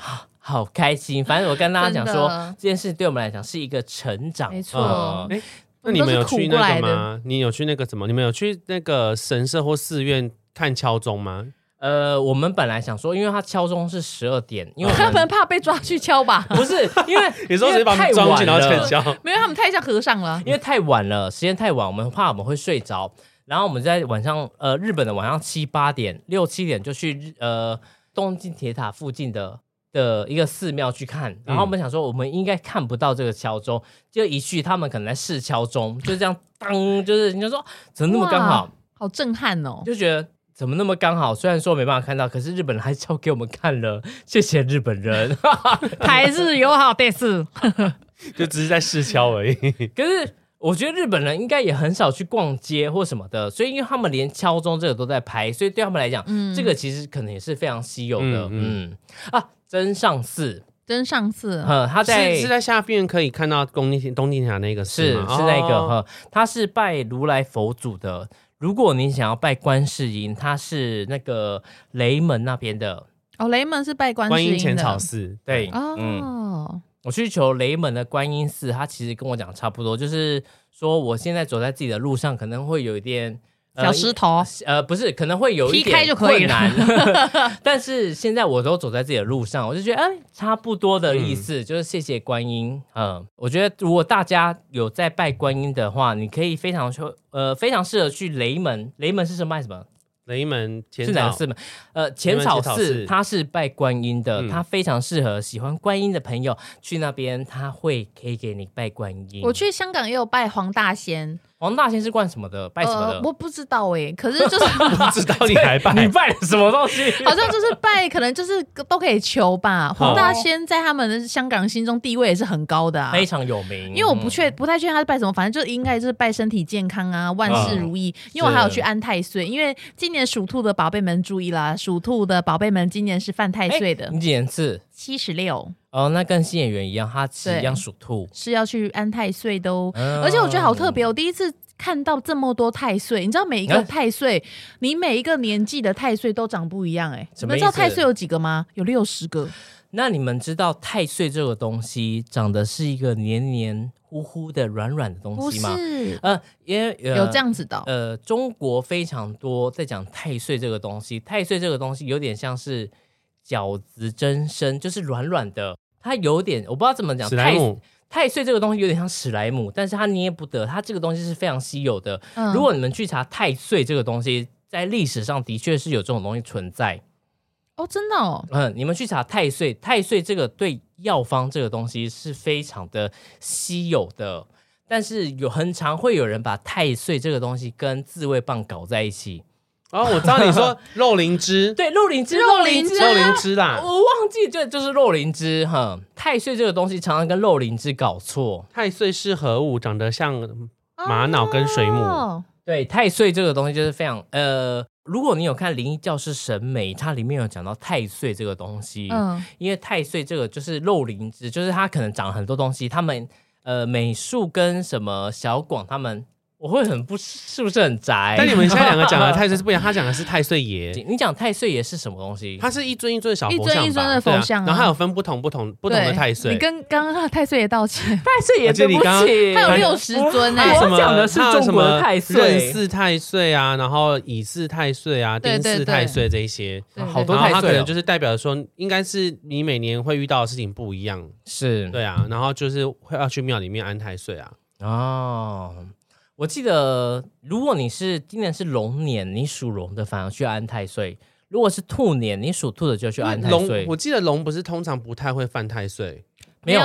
啊好开心。反正我跟大家讲说真的，这件事对我们来讲是一个成长，没嗯错，哎，我 那们你们都有是苦去过那来个的吗？你有去那个什么？你们有去那个神社或寺院看敲钟吗？呃，我们本来想说，因为它敲钟是十二点， 因为我 他们们怕被抓去敲吧？不是因 为你说因谁为把他太们装进去然晚后了劝敲？ 没有，他们太像和尚了。因为太晚了，时间太晚，我们怕我们会睡着。然后我们在晚上，呃，日本的晚上七八点、六七点就去日呃东京铁塔附近的的一个寺庙去看。然后我嗯们想说，我们应该看不到这个敲钟，就一去他们可能在试敲钟，就这样当，就是你就说怎么那么刚好哇，好震撼哦！就觉得。怎么那么刚好？虽然说没办法看到，可是日本人还敲给我们看了， 谢谢日本人。 台日友好电视，就只是在试 敲而已。可是我觉得日本人应该也很少去逛街或什么的，所以因为他们连敲钟这个都在拍，所以对他们来讲，嗯这个其实可能也是非常稀有的。嗯嗯啊，真上寺，真上次呃，他在是是在下边可以看到东京东京塔那个是吗是那个哦哈，他是拜如来佛祖的。如果你想要拜观世音，他是那个雷门那边的，哦，雷门是拜观世观音音浅的草寺。对，嗯，哦，我去求雷门的观音寺，他其实跟我讲差不多，就是说我现在走在自己的路上，可能会有一点。呃小石头，呃，不是，可能会有一劈开点就可以困了难， 但是现在我都走在自己的路上，我就觉得，哎、差不多的意嗯思，就是谢谢观音。嗯，我觉得如果大家有在拜观音的话，你可以非常说，呃，非常适合去雷门。雷门是什么拜什么？雷门浅是哪草个寺门？呃，浅草浅草寺寺，它是拜观音的，嗯它非常适合喜欢观音的朋友去那边，他会可以给你拜观音。我去香港也有拜黄大仙，黄大仙是观什么的？拜什么的？我不知道哎，可是就是 不知道你还 拜你拜了什么东西？好像就是拜，可能就是都可以求嗯吧。黄大仙在他们的香港人心中地位也是很高的啊。非常有名，因为我不确不太确定他是拜什么，反正就应该就是拜身体健康啊，嗯万事如意。因为我还有去安太岁，因为今年属兔的宝贝们注意啦，属兔的宝贝们今年是犯太哎岁的你几年次？七十六，哦，那跟新演员一样，他是一样属兔。是要去安太岁的哦。嗯嗯而且我觉得好特别，我第一次看到这么多太岁，你知道每一个哎啊太岁，你每一个年纪的太岁都长不一样、欸，哎，你什么们意知思道太岁有几个吗？有六十个，那你们知道太岁这个东西长得是一个黏黏糊糊的、软软的东不西吗？是、呃，因为、啊呃、有这样子的哦、呃，中国非常多在讲太岁这个东西，太岁这个东西有点像是饺子蒸生，就是软软的，它有点我不知道怎么讲，史莱太姆太岁这个东西有点像史莱姆，但是它捏不得，它这个东西是非常稀有的。嗯呃如果你们去查太岁这个东西，在历史上的确是有这种东西存在。哦，真的哦，嗯，你们去查太岁，太岁这个对药方这个东西是非常的稀有的，但是有很常会有人把太岁这个东西跟自慰棒搞在一起。哦，我知道你 说肉灵芝，对，肉灵芝，肉灵灵芝芝肉啊，灵芝啦，我忘记这就是肉灵芝哈。太岁这个东西常常跟肉灵芝搞错。太岁是何物？长得像玛瑙跟水母哦对，太岁这个东西就是非常呃，如果你有看《灵异教师审美》，它里面有讲到太岁这个东西，嗯，因为太岁这个就是肉灵芝，就是它可能长很多东西。他们呃美术跟什么小广他们，我会很不是不是很宅？但你们现在两个 讲的太岁是不一样，他讲的是太岁爷， 你讲太岁爷是什么东西？他是一尊一尊的小一佛尊像吧，一尊的佛对啊像啊然后还有分不同不同不同的对太岁你。跟刚刚的太岁也道歉，太岁而爷，且对你不刚刚起，他有六十尊还哎、欸有我什么？讲的是他有什中国的么太岁壬巳太岁啊，然后乙巳太岁啊，丁对对对巳太岁这一些。对好对多然后太它可岁能哦就是代表说，应该是你每年会遇到的事情不一样，是对啊，然后就是会要去庙里面安太岁啊。哦，我记得，如果你是今年是龙年，你属龙的反而去安太岁；如果是兔年，你属兔的就去安太龙，岁我。记得龙不是通常不太会犯太岁，没有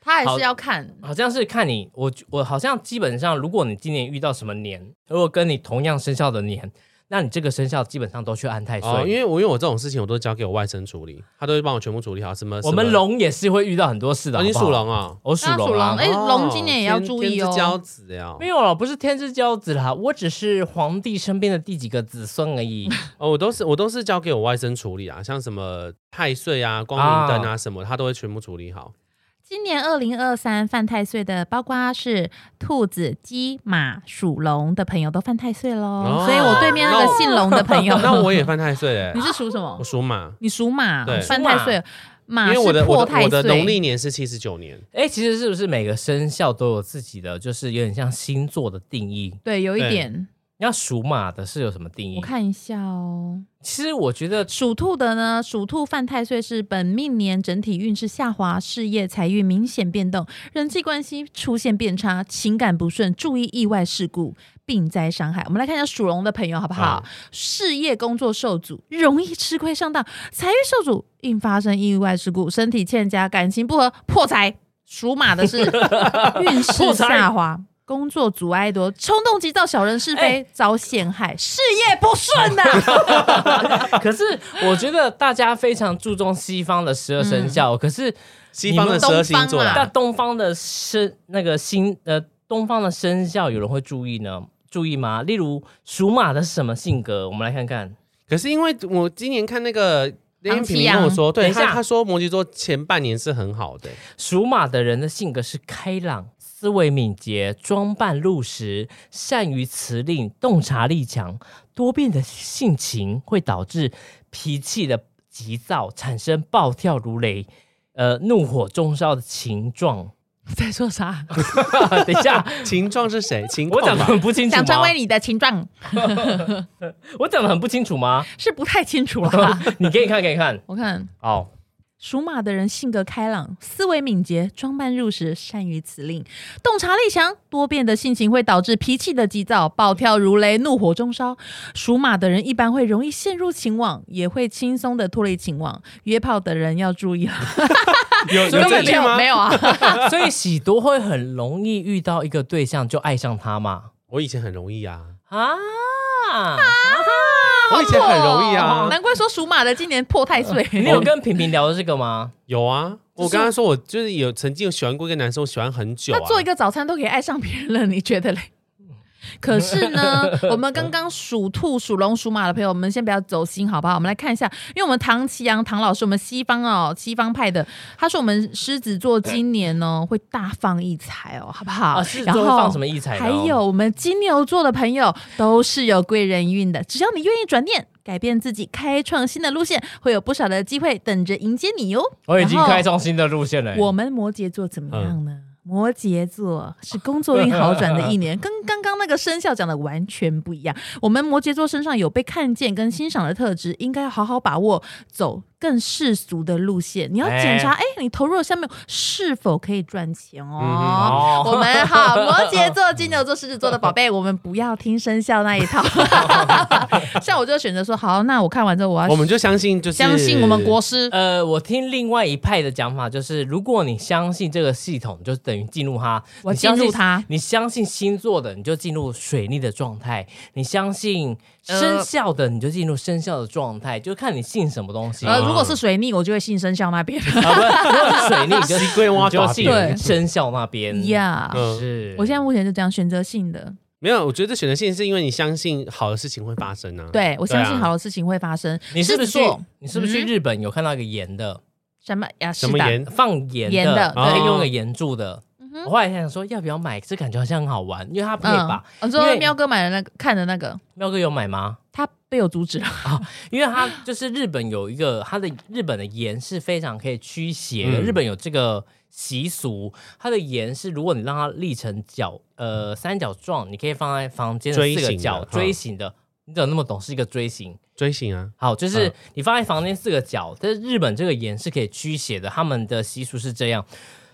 他还好是要看。好像是看你，我我好像基本上，如果你今年遇到什么年，如果跟你同样生肖的年，那你这个生肖基本上都去安太岁。哦，因为我因为我这种事情我都交给我外甥处理，他都会帮我全部处理好。什么？我们什么，龙也是会遇到很多事的。哦你好不好属，龙啊？哦我属他龙啊。哎，龙今年也要天注意天之骄哦。子呀没。有了，不是天之骄子啦，我只是皇帝身边的第几个子孙而已。哦，我都是我都是交给我外甥处理啊，像什么太岁啊、光明灯啊什么，他都会全部处 理好。今年二零二三犯太岁的，包括是兔子、鸡、马、属龙的朋友都犯太岁喽。哦所以我对面那个姓龙的朋友，那 我也犯太岁哎哦你，是属什么我？属马，你属马对，犯太岁，因马为我啊是的我破的太我的农岁。历年是七十九年，哎、其实是不是每个生肖都有自己的，就是有点像星座的定义？对，有一对点，要属马的是有什么定义我？看一下哦。其实我觉得属兔的呢，属兔犯太岁是本命年整体运势下滑，事业财运明显变动，人际关系出现变差，情感不顺，注意意外事故、病灾伤害。我们来看一下属龙的朋友好不好？事业工作受阻，容易吃亏上当，财运受阻，应发生意外事故，身体欠佳，感情不和，破财。属马 的是运势下滑。工作阻碍多，冲动急躁，小人是非，遭陷害，事业不顺呐、可是我觉得大家非常注重西方的十二生肖，可是西方的十二星东座方那啦啊。东方的生那个星呃东方的生肖有人会注意呢？注意吗？例如属马的是什么性格？我们来看看。可是因为我今年看那个。那天唐平奇平阳跟我说，对等一下他他说摩羯座前半年是很好的，属马的人的性格是开朗、思维敏捷、装扮入时、善于辞令、洞察力强、多变的性情，会导致脾气的急躁，产生暴跳如雷、呃怒火中烧的情状。 在说啥？等一下，情状是谁？情我况讲的吧很不清楚想成吗为？ 你的情状我讲的很不清楚吗？是不太清楚 了。你给你看，给你看。我看哦，属马的人性格开朗，思维敏捷，装扮入时，善于辞令，洞察力强，多变的性情会导致脾气的急躁，暴跳如雷，怒火中烧。属马的人一般会容易陷入情网，也会轻松的脱离情网。约炮的人要注意了，有所以有根证本没据有吗没？有啊， 所以喜多会很容易遇到一个对象就爱上他嘛？我以前很容易啊，啊， 我以前很容易啊哦，难怪说属马的今年破太 岁。你有跟平平聊这个吗？有啊，我就是刚刚说我就是有曾经有喜欢过一个男生，我喜欢很久、啊。 那做一个早餐都可以爱上别人了，你觉得嘞？可是呢，我们刚刚属兔、属龙、属马的朋友，我们先不要走心，好不好？我们来看一下，因为我们唐奇阳唐老师，我们西方哦，西方派的，他说我们狮子座今年呢会大放异彩哦，好不好？啊，狮子座会放什么异彩哦呢？还有我们金牛座的朋友都是有贵人运的，只要你愿意转念。改变自己，开创新的路线，会有不少的机会等着迎接你哟。我已经然后开创新的路线哎了欸。我们摩羯座怎么样嗯呢？摩羯座是工作运好转的一 年，跟刚刚那个生肖讲的完全不一样。我们摩羯座身上有被看见跟欣赏的特质，应该好好把握，走更世俗的路线。你要检查，哎、你投入的项目是否可以赚钱哦。嗯我们好，摩羯座、金牛座、狮子座的宝 贝，我们不要听生肖那一套。像我就选择说，好，那我看完之后，我要我们就相信，就是相信我们国师。呃，我听另外一派的讲法，就是如果你相信这个系统，就等于进入它。我你相进入信它你相信星座的，你就进入水逆的状态；你相信生肖的，你就进入生肖的状态，就看你信什么东西。呃，啊，如果是水逆，我就会信生肖那边。不是，如果是水逆，你就习惯挖你就爪对信生肖那边。 呀、嗯，是，我现在目前就这样选择性的，没有，我觉得选择性是因为你相信好的事情会发生啊。，对我对啊相信好的事情会发生。你是不是去狮子座？你是不是去日本有看到一个盐的？什么呀？什么是的？盐？放盐盐的的，嗯对可以用个盐柱的。我后来想说要不要买，这感觉好像很好玩，因为它可以把、我嗯哦说因为喵哥买的那个看的那个，喵哥有买吗？他被我阻止了。因为它就是日本有一个它的日本的盐是非常可以驱邪的，嗯日本有这个习俗，它的盐是如果你让它立成角呃三角状，你可以放在房间的锥四个形的角哈锥形的。嗯你怎么那么懂？是一个锥形。追星啊，好，就是嗯你放在房间四个角，但是日本这个盐是可以驱邪的，他们的习俗是这样。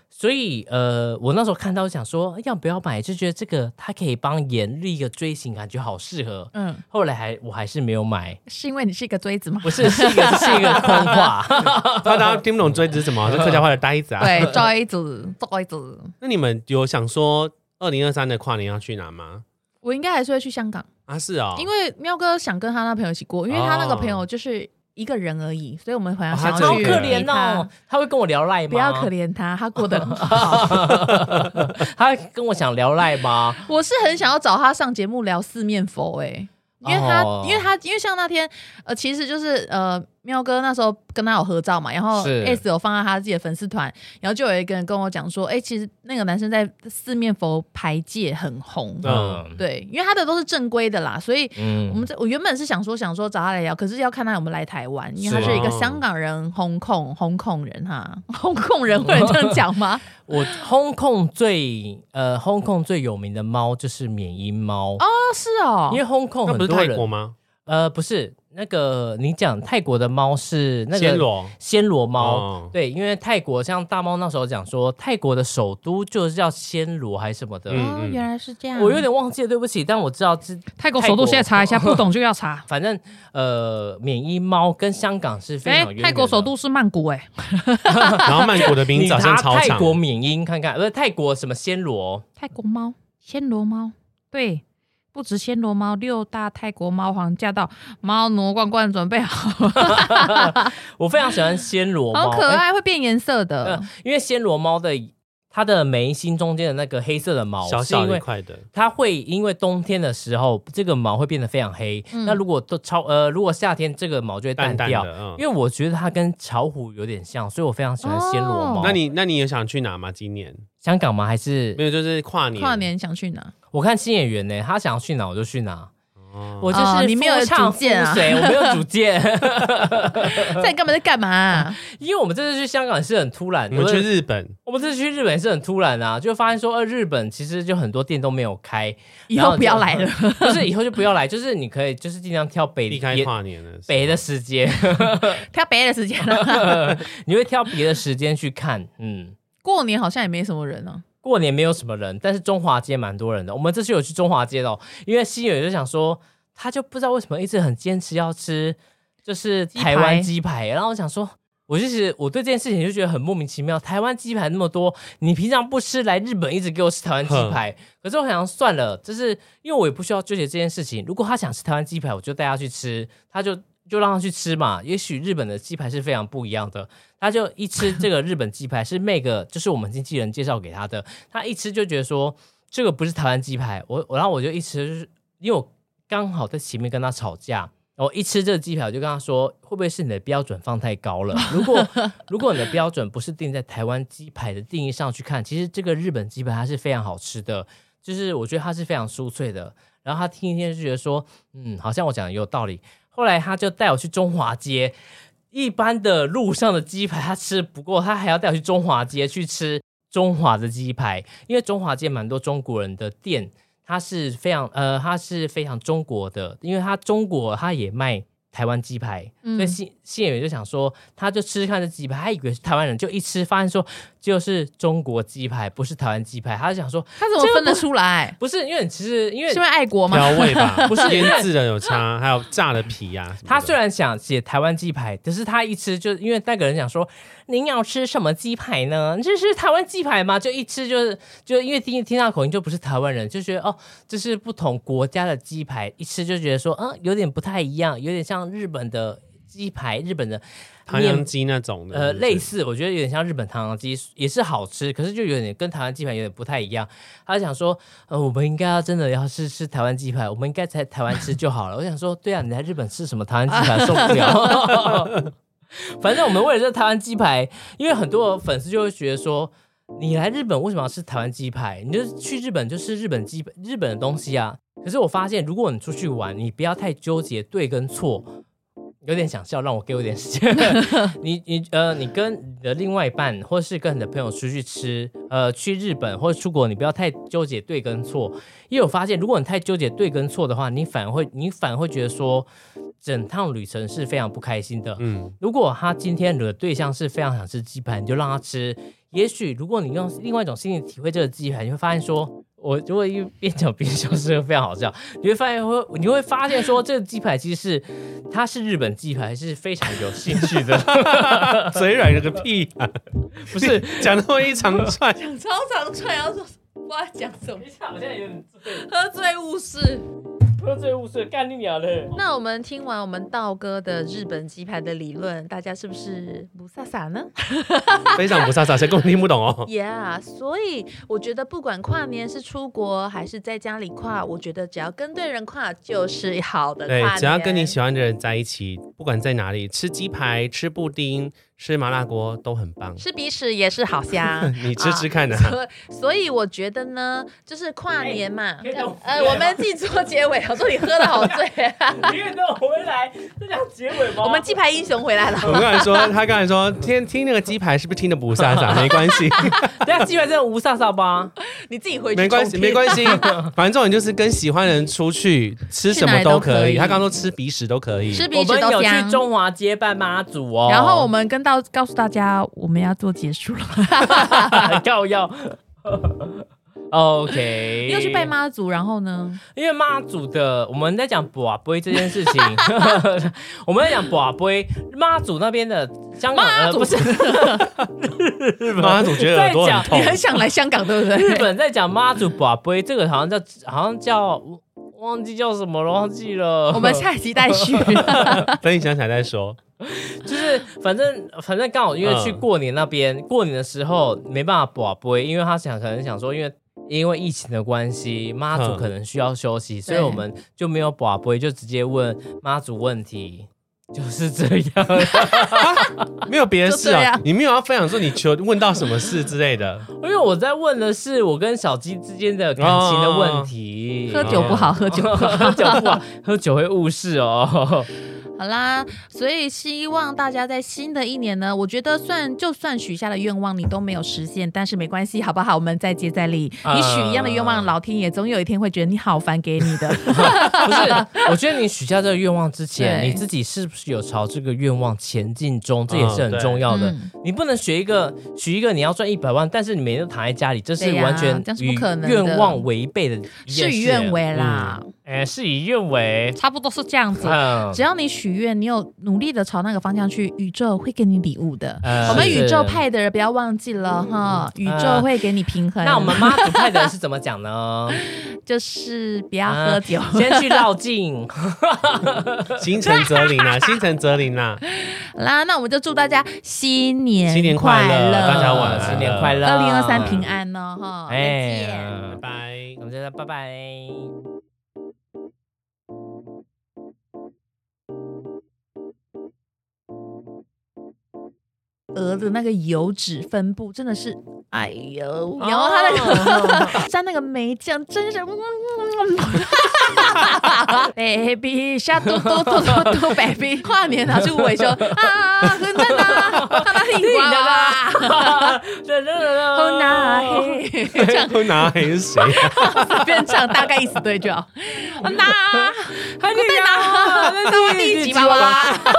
所以，呃，我那时候看到想说要不要买，就觉得这个它可以帮盐立一个锥形，感觉好适合。嗯，后来还我还是没有买， 是因为你是一个锥子吗？不是是 一个是一个空话，怕大家听不懂锥子是什么，是客家话的呆 子啊。对，锥子，锥子。那你们有想说二零二三的跨年要去哪吗？我应该还是会去香港，啊，是哦，因为喵哥想跟他那朋友一起过，因为他那个哦朋友就是一个人而已，所以我们好像哦想他要好自去己可陪怜他哦。他会跟我聊赖吗？不要可，怜他，他过得很好。他会跟我想聊赖吗？我是很想要找他上节目聊四面佛哎、欸因为他，哦因为他，因为像那天，呃，其实就是呃，喵哥那时候跟他有合照嘛，然后是 S 有放在他自己的粉丝团，然后就有一个人跟我讲说，哎、其实那个男生在四面佛牌界很红，嗯对，因为他的都是正规的啦，所以我嗯们这我原本是想说想说找他来聊，可是要看他有没有来台湾，因为他是是一个香港人，红控红控人哈， 红控人会有人这样讲吗？我烘控最呃烘控最有名的猫就是缅因猫哦，是哦，因为烘控那很不是多泰人国吗？呃，不是那个，你讲泰国的猫是那个暹罗暹罗猫，哦对，因为泰国像大猫那时候讲说，泰国的首都就是叫暹罗还是什么的，嗯哦，原来是这样，我有点忘记了，对不起，但我知道这泰国首都现在查一哦下，不懂就要查。反正呃，缅因猫跟香港是 非哎常、远泰国首都是曼谷哎、然后曼谷的 名你字好查像超泰长，国缅因看看，不是泰国什么暹罗，泰国猫、暹罗猫，对，不止暹罗猫，六大泰国猫皇驾到，猫奴罐罐准备好，我非常喜欢暹罗好猫，可哎爱，会变颜色的呃。因为暹罗猫的它的眉心中间的那个黑色的毛，小是小因一为块的，它会因为冬天的时候，这个毛会变得非常黑。嗯那如果都超呃，如果夏天这个毛就会淡淡淡掉。的。嗯因为我觉得它跟巧虎有点像，所以我非常喜欢暹罗哦猫。那你那你有想去哪吗？今年香港吗？还是没有，就是跨嗯年。跨年想去哪？我看新演员呢、他想要去哪我就去哪。哦，我就是、哦你没有主见啊水，我没有主见。 嗯在你干嘛在干嘛啊？因为我们这次去香港是很突然你的，们去日本，我们这次去日本也是很突然啊，就发现说，呃，日本其实就很多店都没有开，以然后后不就要来了。不是以后就不要来，就是你可以就是尽量挑北避开也跨年了。北的时间。挑别的时间 了。你会挑别的时间去看，嗯。过年好像也没什么人啊呢。过年没有什么人，但是中华街蛮多人的。我们这次有去中华街的哦、因为新友就想说，他就不知道为什么一直很坚持要吃，就是台湾鸡排。然后我想说，我就是我对这件事情就觉得很莫名其妙。台湾鸡排那么多，你平常不吃，来日本一直给我吃台湾鸡排。可是我想算了，就是因为我也不需要纠结这件事情。如果他想吃台湾鸡排，我就带他去吃，他就就让他去吃嘛。也许日本的鸡排是非常不一样的。他就一吃这个日本鸡排是 Meg，就是我们经纪人介绍给他的，他一吃就觉得说这个不是台湾鸡排。我我然后我就一吃，就是因为我刚好在前面跟他吵架，我一吃这个鸡排，我就跟他说，会不会是你的标准放太高了？如果如果你的标准不是定在台湾鸡排的定义上去看，其实这个日本鸡排它是非常好吃的，就是我觉得它是非常酥脆的。然后他听一听就觉得说，嗯，好像我讲的也有道理。后来他就带我去中华街，一般的路上的鸡排他吃不过，他还要带我去中华街去吃中华的鸡排，因为中华街蛮多中国人的店，它是非常呃，它是非常中国的，因为它中国它也卖台湾鸡排，嗯所以新新演员就想说，他就吃吃看这鸡排，他以为是台湾人，就一吃发现说就是中国鸡排，不是台湾鸡排，他就想说他怎么分得出来？不是，因为其实因为是因为爱国吗？调味吧， 不是腌制的 有差，还有炸的皮呀、啊。他虽然想写台湾鸡排，可是他一吃就因为那个人想说，您要吃什么鸡排呢？这是台湾鸡排吗？就一吃就是就因为听听到口音就不是台湾人，就觉得哦，这是不同国家的鸡排，一吃就觉得说，嗯，有点不太一样，有点像日本的鸡排，日本的唐扬鸡那种的，呃，是不是类似，我觉得有点像日本唐扬鸡，也是好吃，可是就有点跟台湾鸡排有点不太一样。他就想说，呃，我们应该要真的要吃吃台湾鸡排，我们应该在台湾吃就 好了。我想说，对啊，你在日本吃什么台湾鸡排受不了。反正我们为了这台湾鸡排，因为很多粉丝就会觉得说，你来日本为什么要吃台湾鸡排？你就去日本就吃日本鸡日本的东西啊。可是我发现，如果你出去玩，你不要太纠结对跟错。 有点想笑，让我给我点时间。你你呃，你跟你的另外一半，或是跟你的朋友出去吃，呃，去日本或者出国，你不要太纠结对跟错，因为我发现，如果你太纠结对跟错的话，你反而会你反而会觉得说，整趟旅程是非常不开心的。嗯，如果他今天你的对象是非常想吃鸡排，你就让他吃。也许如果你用另外一种心情体会这个鸡排，你会发现说，我如果一边讲边笑是个非常好笑，你会发现会你会发现说，这个鸡排其实是它是日本鸡排，是非常有兴趣的，嘴软了个屁、啊， 不是？讲那么一长 串，讲超长串，然后说我要讲什么？好像有点喝醉误事。喝醉误事，干你娘嗯嘞！那我们听完我们道哥的日本鸡排的理论，大家是不是不飒飒呢？非常不飒飒，谁根本听不 懂哦。 Yeah，所以我觉得不管跨年是出国还是在家里跨，我觉得只要跟对人跨就是好的跨对年。，只要跟你喜欢的人在一起，不管在哪里，吃鸡排、吃布丁、吃麻辣锅都很棒。吃鼻屎也是好香 。你吃吃看呐、啊所所以我觉得呢，就是跨哎年嘛，可以让我呃，我们自己做结尾。我说你喝的好醉、 啊，你运动回来，这叫结尾吗我们鸡排英雄回来了。 我刚才说，他刚才说，听听那个鸡排是不是听得不飒 飒？没关系，等下鸡排真的无飒飒吧？你自己回去没关系，没关系。反正重点就是跟喜欢的人出去吃什么去哪里都可可以他刚刚说吃鼻屎都可以，吃我鼻们屎都有去香。中华街办妈祖哦，然后我们跟到告诉大家，我们要做结束了。 要要。OK，哎又去拜？妈祖，然后 呢？因为妈祖的，我们在讲卜龟这件事情， 我们在讲卜龟，妈祖那边的香港呃不是日本妈祖觉得耳朵很在讲痛你，很想来香港，对 不日对？本在讲妈祖卜龟，这个好像叫好像叫忘记叫什么了，忘记了。我们下一集待续。等你想起来再说。就是反正反正刚好因嗯为去过年那边，过年的时候没办法保播，因为他想可能想说，因为因为疫情的关系，妈祖嗯可能需要休息，所以对我们就没有保播，就直接问妈祖问题，就是这样。 没有别的事就这啊样，你没有要分享说你求问到什么事之类的，因为我在问的是我跟小鸡之间的感情的问题，喝酒不好，喝酒不好。 喝酒不好，喝酒会误事哦。 好啦，所以希望大家在新的一年呢，我觉得算就算许下的愿望你都没有实现，但是没关系，好不好？我们再接再厉。啊你许一样的愿望，老天爷总有一天会觉得你好烦给你的。不是，我觉得你许下这个愿望之前，对你自己是不是有朝这个愿望前进中，这也是很重要的。嗯你不能学一个许一个你要赚一百万，但是你每天都躺在家里，这是对呀完全这样是与不可能的愿望违背的一件事事与愿。违啦。哎、事与愿违。差不多是这样子。嗯只要你许愿，你有努力的朝那个方向去，宇宙会给你礼物的。呃我们是宇宙派的人不要忘记了哈，宇宙会给你平衡。那我们妈祖派的人是怎么讲 呢？就是不要喝酒。嗯先去绕境。心诚则灵 啊，心诚则灵啊。好啦，那我们就祝大家新年新年快快乐大家晚晚安新年快乐，啊哦二零二三平。安呢哈，再哎见。拜拜。们再见，拜拜。鹅的那个油脂分布真的是，哎呦，然后它那个 蘸那个梅酱，真是嗯嗯嗯 ，baby 下嘟嘟嘟嘟嘟 baby，跨 年拿出尾球 啊，很赞啊，他那里瓜 啦，好难嘿， 这样都 拿还是谁？随便唱，大概意哦 啊思对就好，好难，还在哪？在地吉娃娃。